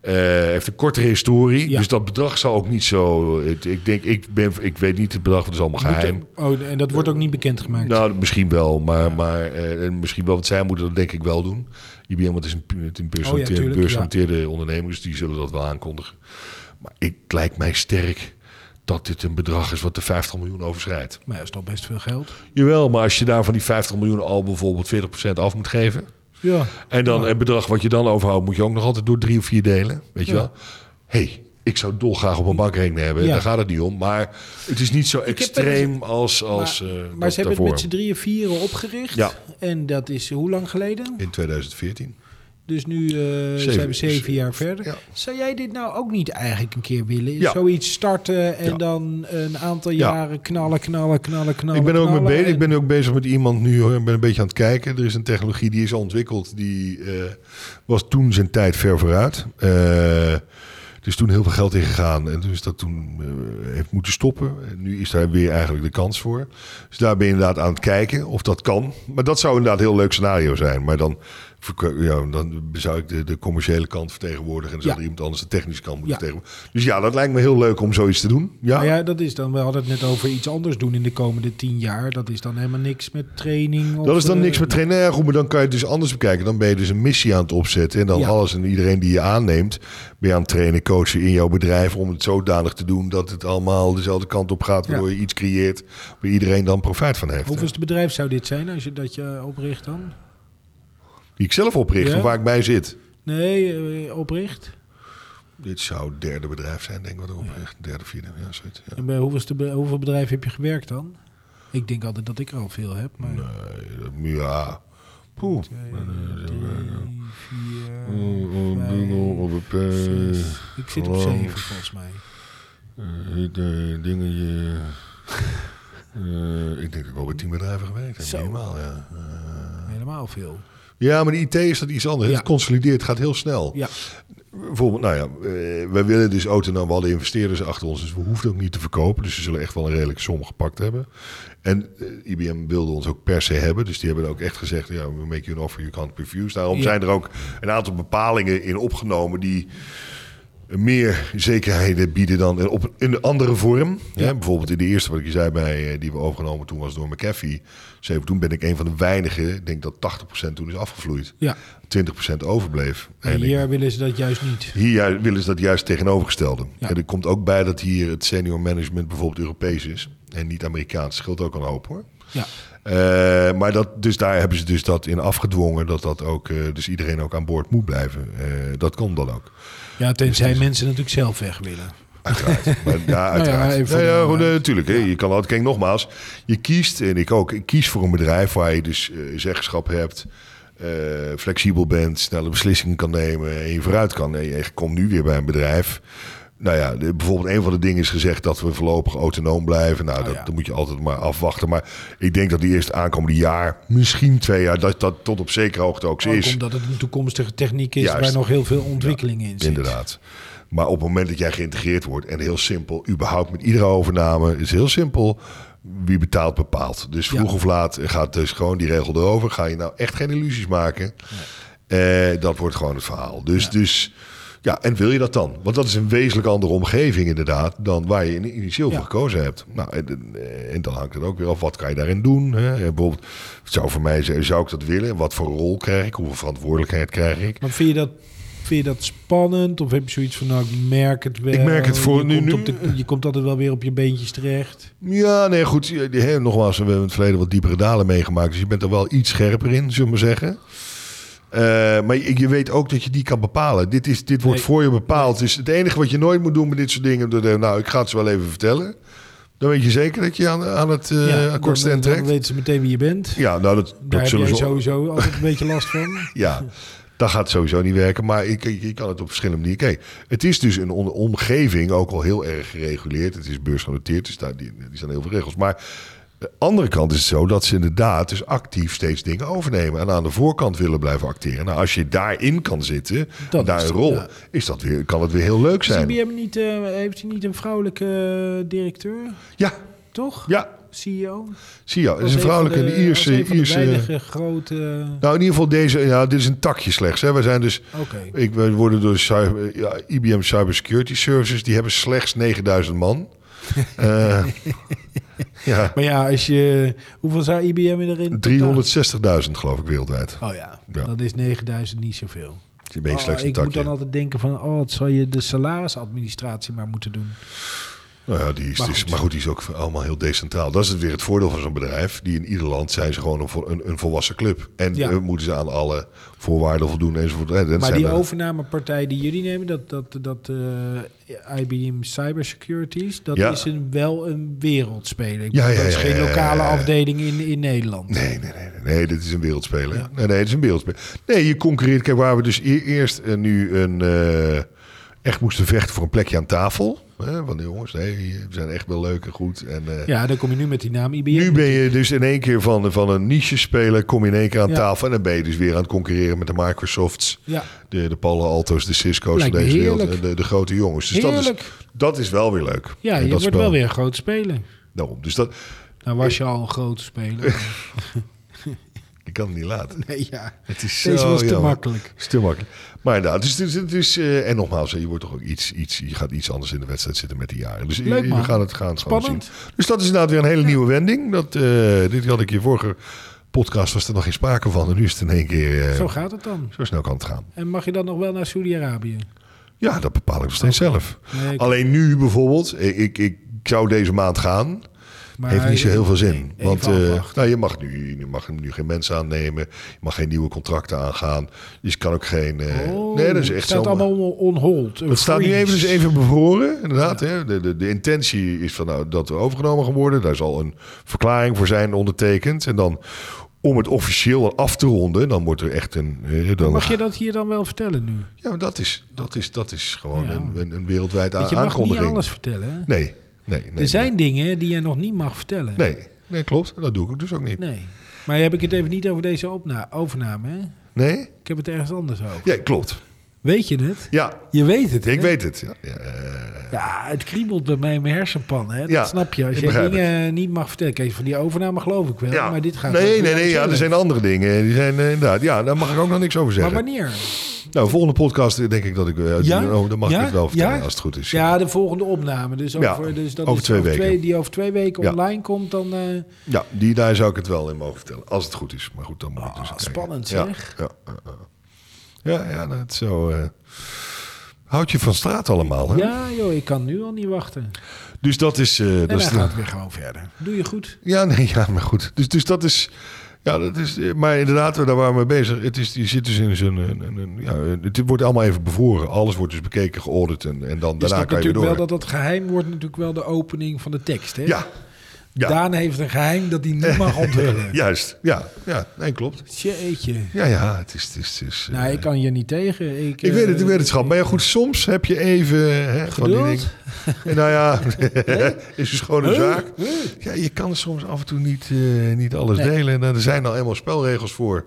S4: eh, heeft een kortere historie.
S1: Ja.
S4: Dus dat bedrag zou ook niet zo. het- ik, denk, ik, ben, ik weet niet het bedrag, want het is allemaal geheim.
S1: Oh, en dat wordt ook niet bekendgemaakt.
S4: Nou, misschien wel, maar, maar eh, en misschien wel, want zij moeten dat denk ik wel doen. IBM, want het is een, pu- het is een beursgenoteerde,
S1: tuurlijk, Oh ja.
S4: beursgenoteerde onderneming, dus die zullen dat wel aankondigen. Maar ik- het lijkt mij sterk dat dit een bedrag is wat de 50 miljoen overschrijdt.
S1: Maar dat is toch best veel geld.
S4: Jawel, maar als je daar van die 50 miljoen al bijvoorbeeld 40% af moet geven,
S1: Ja.
S4: en dan het bedrag wat je dan overhoudt, moet je ook nog altijd door drie of vier delen. Weet je
S1: Ja.
S4: wel? Hé, hey, ik zou dolgraag op mijn bankrekening hebben.
S1: Ja.
S4: Daar gaat het niet om. Maar het is niet zo
S1: heb
S4: extreem als, als
S1: maar
S4: eh,
S1: maar
S4: dat
S1: ze hebben het
S4: daarvoor.
S1: met z'n drieën vieren opgericht.
S4: Ja.
S1: En dat is eh, hoe lang geleden?
S4: In 2014.
S1: Dus nu eh, zijn we zeven jaar verder.
S4: Ja.
S1: Zou jij dit nou ook niet eigenlijk een keer willen?
S4: Ja.
S1: Zoiets starten en
S4: Ja.
S1: dan een aantal
S4: Ja.
S1: jaren knallen, knallen, knallen, knallen.
S4: Ik ben er ook mee
S1: knallen
S4: bezig. Ik
S1: en-
S4: ben ook bezig met iemand nu. hoor. Ik ben een beetje aan het kijken. Er is een technologie die is al ontwikkeld. Die eh, was toen zijn tijd ver vooruit. Eh, er is toen heel veel geld in gegaan. En toen is dat toen eh, heeft moeten stoppen. En nu is daar weer eigenlijk de kans voor. Dus daar ben je inderdaad aan het kijken of dat kan. Maar dat zou inderdaad een heel leuk scenario zijn. Maar dan, verko- ja, dan zou ik de, de commerciële kant vertegenwoordigen. En dan zou
S1: Ja.
S4: er iemand anders de technische kant moeten
S1: Ja.
S4: vertegenwoordigen. Dus ja, dat lijkt me heel leuk om zoiets te doen. Ja.
S1: Maar Nou ja, dat is dan. We hadden het net over iets anders doen in de komende tien jaar. Dat is dan helemaal niks met training. of,
S4: Dat is dan
S1: eh,
S4: niks met trainen. Ja, goed, maar dan kan je het dus anders bekijken. Dan ben je dus een missie aan het opzetten. En dan
S1: Ja.
S4: alles en iedereen die je aanneemt... ben je aan het trainen, coachen in jouw bedrijf... om het zodanig te doen dat het allemaal dezelfde kant op gaat... waardoor je iets creëert waar iedereen dan profijt van heeft.
S1: Hoeveelste bedrijf zou dit zijn als je dat je opricht dan?
S4: Die ik zelf opricht,
S1: Ja?
S4: of waar ik bij zit.
S1: Nee, eh, opricht.
S4: Dit zou het derde bedrijf zijn, denk ik, wat ik opricht. Derde, vierde, ja, zoiets. Ja.
S1: En bij hoeveelste, be- hoeveel bedrijven heb je gewerkt dan? Ik denk altijd dat ik er al veel heb. Maar
S4: Nee, ja. Poeh.
S1: drie, vier,
S4: Een bungel of
S1: zes.
S4: een pers.
S1: Ik zit op
S4: Mm, geloof.
S1: zeven volgens mij.
S4: Uh, dingetje. Eh, ik denk dat ik wel bij tien bedrijven gewerkt heb.
S1: Zo.
S4: Minimaal, ja. Eh,
S1: Helemaal veel.
S4: ja, maar de IT is dat iets anders.
S1: Ja.
S4: Het consolideert, gaat heel snel.
S1: Ja,
S4: Bijvoorbeeld, nou ja, eh, wij willen dus autonoom. We hadden investeerders achter ons, dus we hoefden ook niet te verkopen. Dus ze zullen echt wel een redelijke som gepakt hebben. En eh, IBM wilde ons ook per se hebben. Dus die hebben ook echt gezegd, ja, we make you an offer, you can't refuse. Daarom
S1: Ja.
S4: zijn er ook een aantal bepalingen in opgenomen die... meer zekerheden bieden dan op een, in een andere vorm.
S1: Ja.
S4: Hè, bijvoorbeeld in de eerste wat ik je zei bij eh, die we overgenomen toen was door McAfee. Zeven, toen ben ik een van de weinigen. Ik denk dat 80% toen is afgevloeid.
S1: Ja.
S4: 20% overbleef.
S1: En
S4: En ik-
S1: hier willen ze dat juist niet.
S4: hier ju- willen ze dat juist tegenovergestelde.
S1: Ja.
S4: En er komt ook bij dat hier het senior management bijvoorbeeld Europees is. En niet Amerikaans. Dat scheelt ook een hoop hoor.
S1: Ja.
S4: Eh, maar dat, dus daar hebben ze dus dat in afgedwongen. Dat, dat ook, eh, dus iedereen ook aan boord moet blijven. Eh, dat kon dan ook.
S1: ja, tenzij mensen natuurlijk zelf weg willen.
S4: Uiteraard. Maar, ja, uiteraard.
S1: Nou even voor
S4: ja,
S1: de-
S4: ja, goed, eh, natuurlijk. hè. Je kan altijd, kijk, nogmaals, je kiest, en ik ook, ik kies voor een bedrijf waar je dus eh, zeggenschap hebt, eh, flexibel bent, snelle beslissingen kan nemen en je vooruit kan. En je komt nu weer bij een bedrijf. Nou ja, de- bijvoorbeeld een van de dingen is gezegd dat we voorlopig autonoom blijven. Nou, dat,
S1: Oh ja.
S4: dat moet je altijd maar afwachten. Maar ik denk dat die eerst aankomende jaar, misschien twee jaar, dat dat tot op zekere hoogte ook zo
S1: Ook
S4: is.
S1: omdat het een toekomstige techniek is
S4: Juist.
S1: waar nog heel veel ontwikkeling in zit.
S4: Inderdaad. Maar op het moment dat jij geïntegreerd wordt en heel simpel, überhaupt met iedere overname, is heel simpel. Wie betaalt, bepaalt. Dus vroeg
S1: Ja.
S4: of laat gaat dus gewoon die regel erover. Ga je nou echt geen illusies maken? Eh, dat wordt gewoon het verhaal. Dus, dus ja, en wil je dat dan? Want dat is een wezenlijk andere omgeving, inderdaad, dan waar je in- initieel
S1: Ja.
S4: voor gekozen hebt. Nou, en, eh, en dan hangt het ook weer af, wat kan je daarin doen? Hè? Eh, Bijvoorbeeld, het zou voor mij zijn, zou ik dat willen? Wat voor rol krijg ik? Hoeveel verantwoordelijkheid krijg ik?
S1: Maar vind je dat, vind je dat spannend? Of heb je zoiets van, nou, ik merk het wel.
S4: Ik merk het voor
S1: je
S4: nu-
S1: Komt
S4: nu-
S1: op de- je komt altijd wel weer op je beentjes terecht.
S4: Ja, nee, goed. eh, die- hè, Nogmaals, we hebben in het verleden wat diepere dalen meegemaakt. Dus je bent er wel iets scherper in, zullen we maar zeggen. Eh, maar je, je weet ook dat je die kan bepalen. Dit, is, dit wordt
S1: Nee.
S4: voor je bepaald. Dus het enige wat je nooit moet doen met dit soort dingen... dat, eh, nou, ik ga het ze wel even vertellen. Dan weet je zeker dat je aan, aan het eh
S1: Ja,
S4: akkoord
S1: dan,
S4: stand
S1: dan
S4: trekt.
S1: weten ze meteen wie je bent.
S4: Ja, nou, dat,
S1: Daar
S4: dat
S1: heb
S4: zullen
S1: jij
S4: ze...
S1: sowieso altijd een beetje last van.
S4: Ja, dat gaat sowieso niet werken. Maar ik, ik, ik kan het op verschillende manieren. Kijk, het is dus een on- omgeving ook al heel erg gereguleerd. Het is beursgenoteerd, dus daar die, die zijn heel veel regels. Maar de andere kant is het zo dat ze inderdaad dus actief steeds dingen overnemen. En aan de voorkant willen blijven acteren. Nou, als je daarin kan zitten,
S1: Dat
S4: daar
S1: is-
S4: een rol,
S1: ja.
S4: is dat weer, kan het weer heel leuk
S1: Is
S4: zijn.
S1: IBM niet, eh, heeft hij niet een vrouwelijke eh, directeur,
S4: Ja,
S1: toch? E
S4: ja.
S1: CEO?
S4: Zie je, wel. het
S1: Als
S4: is
S1: een
S4: een vrouwelijke,
S1: van
S4: de,
S1: als een
S4: Ierse...
S1: van de
S4: Ierse
S1: weinige grote...
S4: nou, in ieder geval deze... Ja, dit is een takje slechts. Hè. We zijn dus...
S1: Oké.
S4: Ik, we worden door cyber- ja, IBM Cybersecurity Services. Die hebben slechts 9000 man. Eh, ja,
S1: Maar ja, als je... Hoeveel zou IBM erin?
S4: 360.000 geloof ik wereldwijd.
S1: Oh ja,
S4: Ja.
S1: dat is 9000 niet zoveel.
S4: Die ben je
S1: Oh,
S4: slechts een
S1: ik moet
S4: takje.
S1: dan altijd denken van... Oh, wat zou je de salarisadministratie maar moeten doen?
S4: Nou ja, die is,
S1: Maar
S4: die is-
S1: goed.
S4: maar goed, die is ook allemaal heel decentraal. Dat is het weer het voordeel van zo'n bedrijf. Die in ieder land zijn ze gewoon een, vo- een, een volwassen club. En
S1: Ja.
S4: eh, moeten ze aan alle voorwaarden voldoen enzovoort. Eh, dat
S1: Maar
S4: zijn
S1: die
S4: er-
S1: overnamepartij die jullie nemen, dat, dat, dat eh, IBM Cybersecurities, dat
S4: Ja.
S1: is een, wel een wereldspeler. Ik
S4: Ja,
S1: bedoel,
S4: ja,
S1: dat is
S4: ja,
S1: geen
S4: ja, ja,
S1: lokale
S4: ja, ja.
S1: afdeling in, in Nederland.
S4: Nee, nee, nee, nee, nee, dit is een wereldspeler. Nee, nee, dit is een wereldspeler. Nee, je concurreert. Kijk, waar we dus e- eerst eh, nu een, eh, echt moesten vechten voor een plekje aan tafel. Hè, want jongens, nee, we zijn echt wel leuk en goed. En, eh,
S1: Ja, dan kom je nu met die naam IBM.
S4: Nu ben je dus in één keer van, van een niche-speler, kom je in één keer aan
S1: Ja.
S4: tafel. En dan ben je dus weer aan het concurreren met de Microsofts,
S1: Ja.
S4: de, de Palo Alto's, de Cisco's van
S1: Lijkt me
S4: deze wereld.
S1: heerlijk.
S4: en De, de grote jongens. Dus dat is,
S1: Heerlijk.
S4: dat is wel weer leuk.
S1: Ja,
S4: En
S1: je
S4: dat
S1: wordt
S4: spel.
S1: wel weer een groot speler.
S4: Daarom. Dus dat,
S1: Nou was je al een grote speler.
S4: ik kan het niet laten.
S1: nee, ja.
S4: Het is
S1: Deze
S4: zo
S1: was te
S4: jammer.
S1: makkelijk.
S4: is te makkelijk. Maar inderdaad, dus, dus, dus, eh, en nogmaals, eh, je wordt toch ook iets, iets, je gaat iets anders in de wedstrijd zitten met die jaren. Dus
S1: Leuk,
S4: je,
S1: man.
S4: we gaan het gaan gewoon zien.
S1: Spannend.
S4: Dus dat is inderdaad weer een hele nieuwe wending. Dat, eh, dit had ik je vorige podcast was er nog geen sprake van en nu is het in één keer eh,
S1: Zo
S4: zo,
S1: gaat het dan.
S4: snel kan het gaan.
S1: En mag je dan nog wel naar Saudi-Arabië?
S4: Ja, dat bepaal ik nog steeds zelf.
S1: Nee, ik-
S4: Alleen nu bijvoorbeeld, eh, ik, ik zou deze maand gaan.
S1: maar
S4: Heeft niet zo heel veel zin.
S1: Even
S4: want eh,
S1: afwachten.
S4: nou, je, mag nu, je mag nu geen mensen aannemen. Je mag geen nieuwe contracten aangaan. Dus je kan ook geen... eh,
S1: Oh,
S4: nee, dat is
S1: het
S4: echt
S1: staat
S4: zo.
S1: allemaal on hold.
S4: Het staat nu even, dus even bevroren, inderdaad. Hè? De, de, de intentie is van, nou, dat we overgenomen gaan worden. Daar zal een verklaring voor zijn ondertekend. En dan, om het officieel af te ronden, dan wordt er echt een... eh, Dan,
S1: Mag je dat hier dan wel vertellen nu?
S4: Ja, maar dat is, dat is, dat is gewoon
S1: Ja.
S4: een, een, een wereldwijd
S1: Want
S4: a-
S1: je mag niet
S4: aankondiging.
S1: alles vertellen. hè?
S4: Nee, nee, nee.
S1: er zijn dingen die je nog niet mag vertellen.
S4: Nee, nee, nee, klopt. Dat doe ik dus ook niet.
S1: Nee. Maar heb ik het even niet over deze opna- overname, hè?
S4: Nee?
S1: Ik heb het ergens anders over.
S4: Ja, klopt.
S1: Weet je het?
S4: Ja,
S1: Je weet het, hè?
S4: ik weet het. Ja, ja, eh,
S1: Ja, het kriebelt bij mij in mijn hersenpan. Hè? Dat
S4: Ja,
S1: snap je. Als
S4: ik
S1: je
S4: begrijp
S1: dingen niet mag vertellen. Kijk, van die overname geloof ik wel.
S4: ja.
S1: Maar dit gaat...
S4: nee,
S1: over
S4: nee, nee. Ja,
S1: jouzelf.
S4: er zijn andere dingen. Die zijn eh, inderdaad. Ja, daar mag ik ook nog niks over
S1: Maar
S4: zeggen.
S1: wanneer?
S4: Nou, volgende podcast eh, denk ik dat ik. eh,
S1: Ja?
S4: Oh, dan mag
S1: Ja?
S4: ik het wel vertellen
S1: Ja?
S4: als het goed is.
S1: Ja, de volgende opname. Dus
S4: Ja,
S1: over, dus dat
S4: over
S1: is
S4: twee weken.
S1: die over twee weken
S4: Ja.
S1: online komt, dan... eh,
S4: Ja, die, daar zou ik het wel in mogen vertellen. Als het goed is. Maar goed, dan moet ik
S1: Ah,
S4: dus kijken.
S1: spannend,
S4: ja,
S1: zeg.
S4: Ja, ja, ja. ja, ja, dat is zo. eh, houd je van straat allemaal, hè?
S1: ja, joh, ik kan nu al niet wachten.
S4: Dus dat is... eh,
S1: En
S4: dat is
S1: dan gaat het weer gewoon verder. Doe je goed.
S4: Ja, nee, ja, maar goed. Dus, dus dat is... Ja, dat is, eh, maar inderdaad, daar waren we mee bezig. Het is, je zit dus in zo'n... een- een- een- Ja, het wordt allemaal even bevroren. Alles wordt dus bekeken, geaudit en, en dan
S1: Is
S4: daarna
S1: dat
S4: kan je weer
S1: natuurlijk
S4: door.
S1: wel dat dat geheim wordt natuurlijk wel de opening van de tekst, hè?
S4: Ja, ja.
S1: Daan heeft een geheim dat hij niet mag onthullen.
S4: juist. Ja, ja, nee, klopt.
S1: Jeetje.
S4: Ja, ja, het is... Het is, het is eh,
S1: Nou, ik kan je niet tegen. Ik,
S4: Ik weet het, ik
S1: eh,
S4: weet het, schat. Maar ja, goed, soms heb je even... Hè, van die
S1: Geduld?
S4: dingen. Nou ja, is dus gewoon een zaak. Ja, je kan soms af en toe niet, eh, niet alles
S1: Nee.
S4: delen. En er zijn al eenmaal spelregels voor.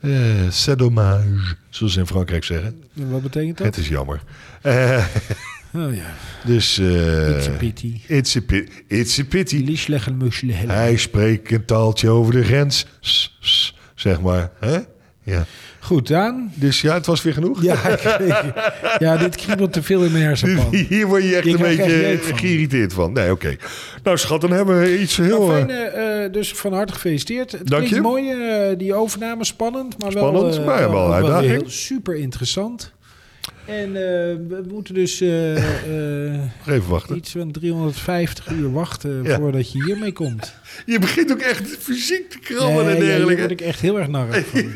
S4: Eh c'est dommage, zoals ze in Frankrijk zeggen.
S1: Wat betekent dat?
S4: Het is jammer. Eh,
S1: Oh ja.
S4: dus... eh,
S1: It's a pity.
S4: It's a pity. It's a pity.
S1: Die slechte musje.
S4: Hij spreekt een taaltje over de grens. S- s- Zeg maar. hè? Ja.
S1: Goed, Daan.
S4: Dus ja, het was weer genoeg.
S1: Ja, ik- ja, dit kriebelt te veel in mijn hersenpan.
S4: Hier word je echt
S1: Je
S4: een
S1: krijgt
S4: beetje
S1: echt jeuk van.
S4: geïrriteerd van. Nee, oké. Nou, schat, dan hebben we iets heel.
S1: Nou, fijn,
S4: eh,
S1: eh, eh, dus van harte gefeliciteerd. Het
S4: Dank
S1: klinkt
S4: je.
S1: mooi, eh, die overname. Spannend, maar wel,
S4: Spannend,
S1: eh,
S4: maar wel
S1: ook
S4: uitdaging.
S1: heel super interessant. En eh, we moeten dus eh, eh,
S4: nog even wachten.
S1: iets van 350 uur wachten
S4: Ja.
S1: voordat je hiermee komt.
S4: Je begint ook echt fysiek te krabben
S1: Nee,
S4: en
S1: ja, hier
S4: dergelijke.
S1: word ik echt heel erg narrig van.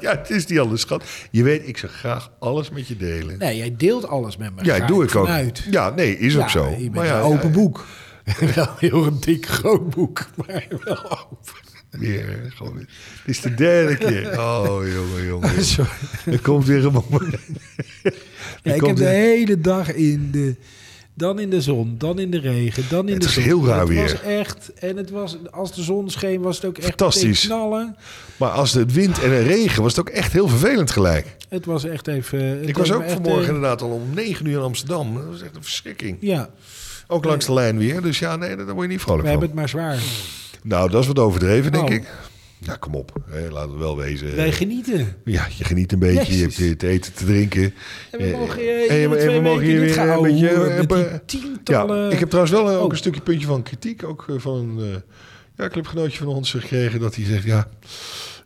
S4: Ja, het is niet anders, schat. Je weet, ik zou graag alles met je delen.
S1: Nee, jij deelt alles met me.
S4: ja,
S1: Ga
S4: doe ik ook.
S1: vanuit.
S4: Ja, nee, is ook
S1: Ja,
S4: zo.
S1: Je bent
S4: Maar ja,
S1: een open boek. wel heel een dik groot boek, maar wel open.
S4: ja, weer, eh, gewoon weer. Het is de derde keer. Oh, jongen, jongen.
S1: Sorry.
S4: Er komt weer een moment.
S1: Ja, ik
S4: komt
S1: heb de
S4: weer-
S1: hele dag in de... Dan in de zon, dan in de regen, dan in
S4: Het
S1: de
S4: is
S1: zon.
S4: heel raar
S1: het was
S4: weer.
S1: echt... En het was, als de zon scheen, was het ook echt
S4: Fantastisch.
S1: meteen knallen.
S4: Maar als het wind en er regen was, het ook echt heel vervelend gelijk.
S1: Het was echt even... het
S4: Ik was
S1: me
S4: ook
S1: echt,
S4: vanmorgen
S1: eh,
S4: inderdaad al om 9 uur in Amsterdam. Dat was echt een verschrikking.
S1: ja,
S4: Ook langs de lijn weer. Dus ja, nee, daar word je niet vrolijk
S1: we
S4: van.
S1: hebben het maar zwaar.
S4: Nou, dat is wat overdreven, denk
S1: Oh.
S4: ik. Ja, kom op. Hè, laten we wel wezen.
S1: Wij genieten.
S4: ja, je geniet een beetje. Je hebt
S1: Jezus.
S4: eh, te eten, te drinken.
S1: En we
S4: Eh,
S1: mogen, eh,
S4: en
S1: iedere
S4: we- en
S1: twee
S4: we mogen
S1: weken
S4: hier
S1: dit
S4: weer
S1: gehouden
S4: een beetje,
S1: horen met die
S4: hebben-
S1: tientallen-
S4: Ja, ik heb trouwens wel eh, ook
S1: Oh.
S4: een stukje puntje van kritiek. Ook eh, van een eh, ja, clubgenootje van ons eh, gekregen. Dat hij zegt, ja,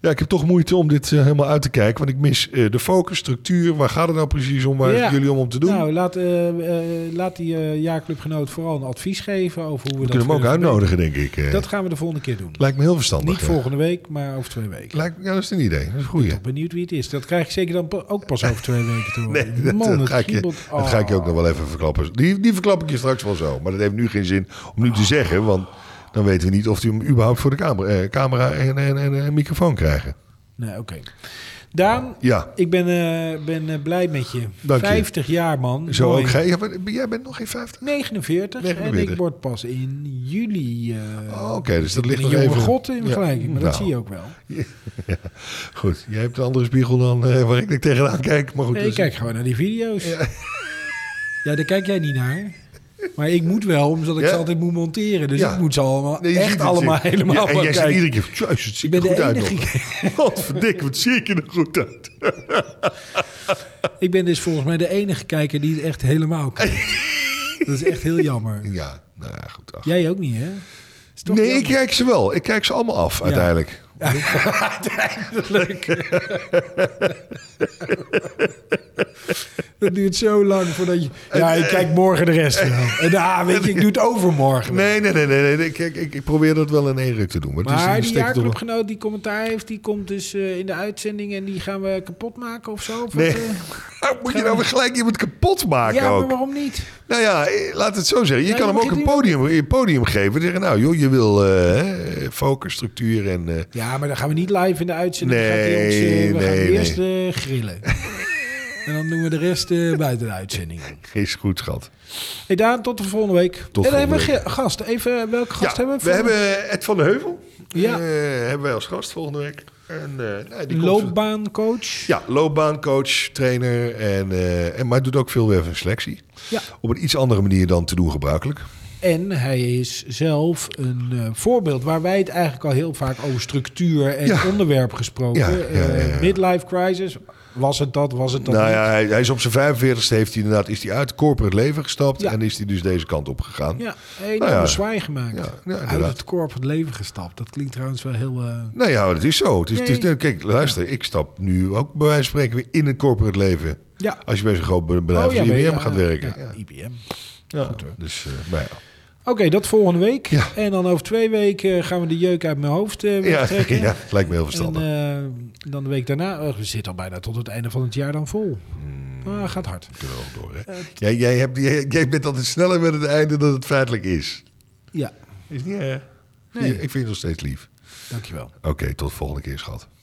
S4: ja, ik heb toch moeite om dit eh, helemaal uit te kijken. Want ik mis eh, de focus, structuur. Waar gaat het nou precies om? Waar
S1: Ja.
S4: is het jullie om om te doen?
S1: Nou, laat, eh, eh, laat die eh, jaarclubgenoot vooral een advies geven over hoe we,
S4: we
S1: dat
S4: kunnen hem ook
S1: kunnen verbeteren.
S4: uitnodigen, denk ik. eh.
S1: Dat gaan we de volgende keer doen.
S4: Lijkt me heel verstandig.
S1: Niet
S4: eh.
S1: volgende week, maar over twee weken.
S4: Lijkt, ja, dat is een idee. Dat is een goeie.
S1: Ik ben benieuwd wie het is. Dat krijg ik zeker dan pa- ook pas over twee weken te
S4: Nee,
S1: horen.
S4: dat, dat
S1: het
S4: ga ik je,
S1: kriebelt.
S4: dat ga ik je ook
S1: Ah.
S4: nog wel even verklappen. Die, die verklap ik je straks wel zo. Maar dat heeft nu geen zin om nu te zeggen. Want dan weten we niet of die hem überhaupt voor de camera, eh, camera en, en, en eh, microfoon krijgen.
S1: Nee, oké. Daan,
S4: Ja,
S1: ik ben, eh, ben eh, blij met je.
S4: Dank je.
S1: 50 jaar, man.
S4: zo
S1: Mooi.
S4: ook. Jij, jij bent- jij bent nog geen 50?
S1: 49, en
S4: 49.
S1: ik word pas in juli. eh,
S4: Oh, Oké, dus dat
S1: ik
S4: ligt
S1: ben
S4: nog
S1: een jonge
S4: even...
S1: god in
S4: Ja,
S1: vergelijking, maar dat
S4: nou,
S1: zie je ook wel.
S4: Goed, jij hebt een andere spiegel dan eh, waar ik er tegenaan kijk. Maar goed,
S1: Nee, ik
S4: dus-
S1: kijk gewoon naar die video's. Ja. daar kijk jij niet naar. Maar ik moet wel, omdat ik
S4: Ja?
S1: ze altijd moet monteren. Dus
S4: Ja.
S1: ik moet ze allemaal,
S4: Nee, je ziet
S1: echt
S4: het,
S1: allemaal
S4: zie-
S1: helemaal
S4: Ja, en jij
S1: bekijken.
S4: zegt iedere keer, juist, het
S1: Ik
S4: ziet er
S1: ben
S4: goed
S1: de
S4: uit
S1: enige.
S4: nog. Wat verdik, wat zie ik er nog goed uit.
S1: Ik ben dus volgens mij de enige kijker die het echt helemaal kan. dat is echt heel jammer.
S4: Ja, nou ja, goed. ach.
S1: Jij ook niet, hè? Is toch
S4: nee,
S1: jammer?
S4: ik kijk ze wel. Ik kijk ze allemaal af, uiteindelijk.
S1: Dat duurt zo lang voordat je... Ja, ik kijk morgen de rest wel. En ah, weet je, ik doe het overmorgen. wel.
S4: Nee, nee, nee, nee. nee. Ik, ik, ik, ik probeer dat wel in één ruk te doen. Maar, het
S1: Maar
S4: is,
S1: die
S4: steekt toch-
S1: jaarclubgenoot die commentaar heeft, die komt dus eh, in de uitzending en die gaan we kapot maken of zo? Of wat,
S4: Nee,
S1: eh?
S4: moet je nou weer gelijk iemand kapot maken
S1: ja, maar
S4: ook?
S1: waarom niet?
S4: Nou ja, eh, laat het zo zeggen. Je
S1: Ja,
S4: kan
S1: je
S4: hem ook
S1: begint
S4: een podium, een podium geven. Zeggen, nou joh, je wil eh, hè, focus, structuur en... eh,
S1: Ja, maar dan gaan we niet live in de uitzending. Dan gaat hij ons,
S4: Nee,
S1: eh, we gaan
S4: nee,
S1: eerst eh, grillen. en dan doen we de rest eh, buiten de uitzending.
S4: is goed, schat.
S1: Hey Daan, tot de volgende week.
S4: Tot
S1: en dan
S4: volgende
S1: hebben we ge- gast. Even, eh, welke gast
S4: ja,
S1: hebben we?
S4: we hebben Ed van de Heuvel.
S1: Ja.
S4: Eh, hebben wij als gast volgende week. Eh, En, eh, nee, die komt-
S1: Loopbaancoach.
S4: Ja, loopbaancoach, trainer. En, eh, en, maar doet ook veel weer van selectie.
S1: Ja.
S4: Op een iets andere manier dan te doen gebruikelijk.
S1: En hij is zelf een eh, voorbeeld waar wij het eigenlijk al heel vaak over structuur en
S4: Ja.
S1: onderwerp gesproken.
S4: Ja, ja, ja, ja.
S1: Eh, midlife crisis, was het dat, was het dat
S4: nou
S1: niet?
S4: ja, hij, hij is op zijn 45ste heeft hij inderdaad is hij uit het corporate leven gestapt.
S1: Ja.
S4: En is hij dus deze kant op gegaan.
S1: Ja, enorm
S4: Nou ja.
S1: zwaai gemaakt.
S4: Ja, ja,
S1: Uit
S4: inderdaad.
S1: het korp het leven gestapt. Dat klinkt trouwens wel heel... eh,
S4: Nou ja, dat is zo. Het is, het is-
S1: Nee.
S4: kijk, luister, ik stap nu ook bij wijze van spreken weer in het corporate leven.
S1: Ja. Oh,
S4: Als Oh, je bij zo'n groot be- bedrijf als
S1: ben
S4: IBM
S1: je-
S4: gaat werken. Ja.
S1: ja, IBM.
S4: Goed, hoor. dus, eh, maar ja.
S1: Oké, dat volgende week.
S4: Ja.
S1: En dan over twee weken eh, gaan we de jeuk uit mijn hoofd eh
S4: Ja,
S1: wegtrekken.
S4: ja, lijkt me heel
S1: En
S4: verstandig.
S1: eh, dan de week daarna, eh, we zitten al bijna tot het einde van het jaar dan vol. Ah, gaat hard.
S4: Kunnen we ook door, hè? jij, jij, hebt, jij, jij bent altijd sneller met het einde dan het feitelijk is.
S1: Ja,
S4: Is niet erg.
S1: Nee.
S4: Ik vind je nog steeds lief.
S1: dankjewel.
S4: Oké, tot de volgende keer, schat.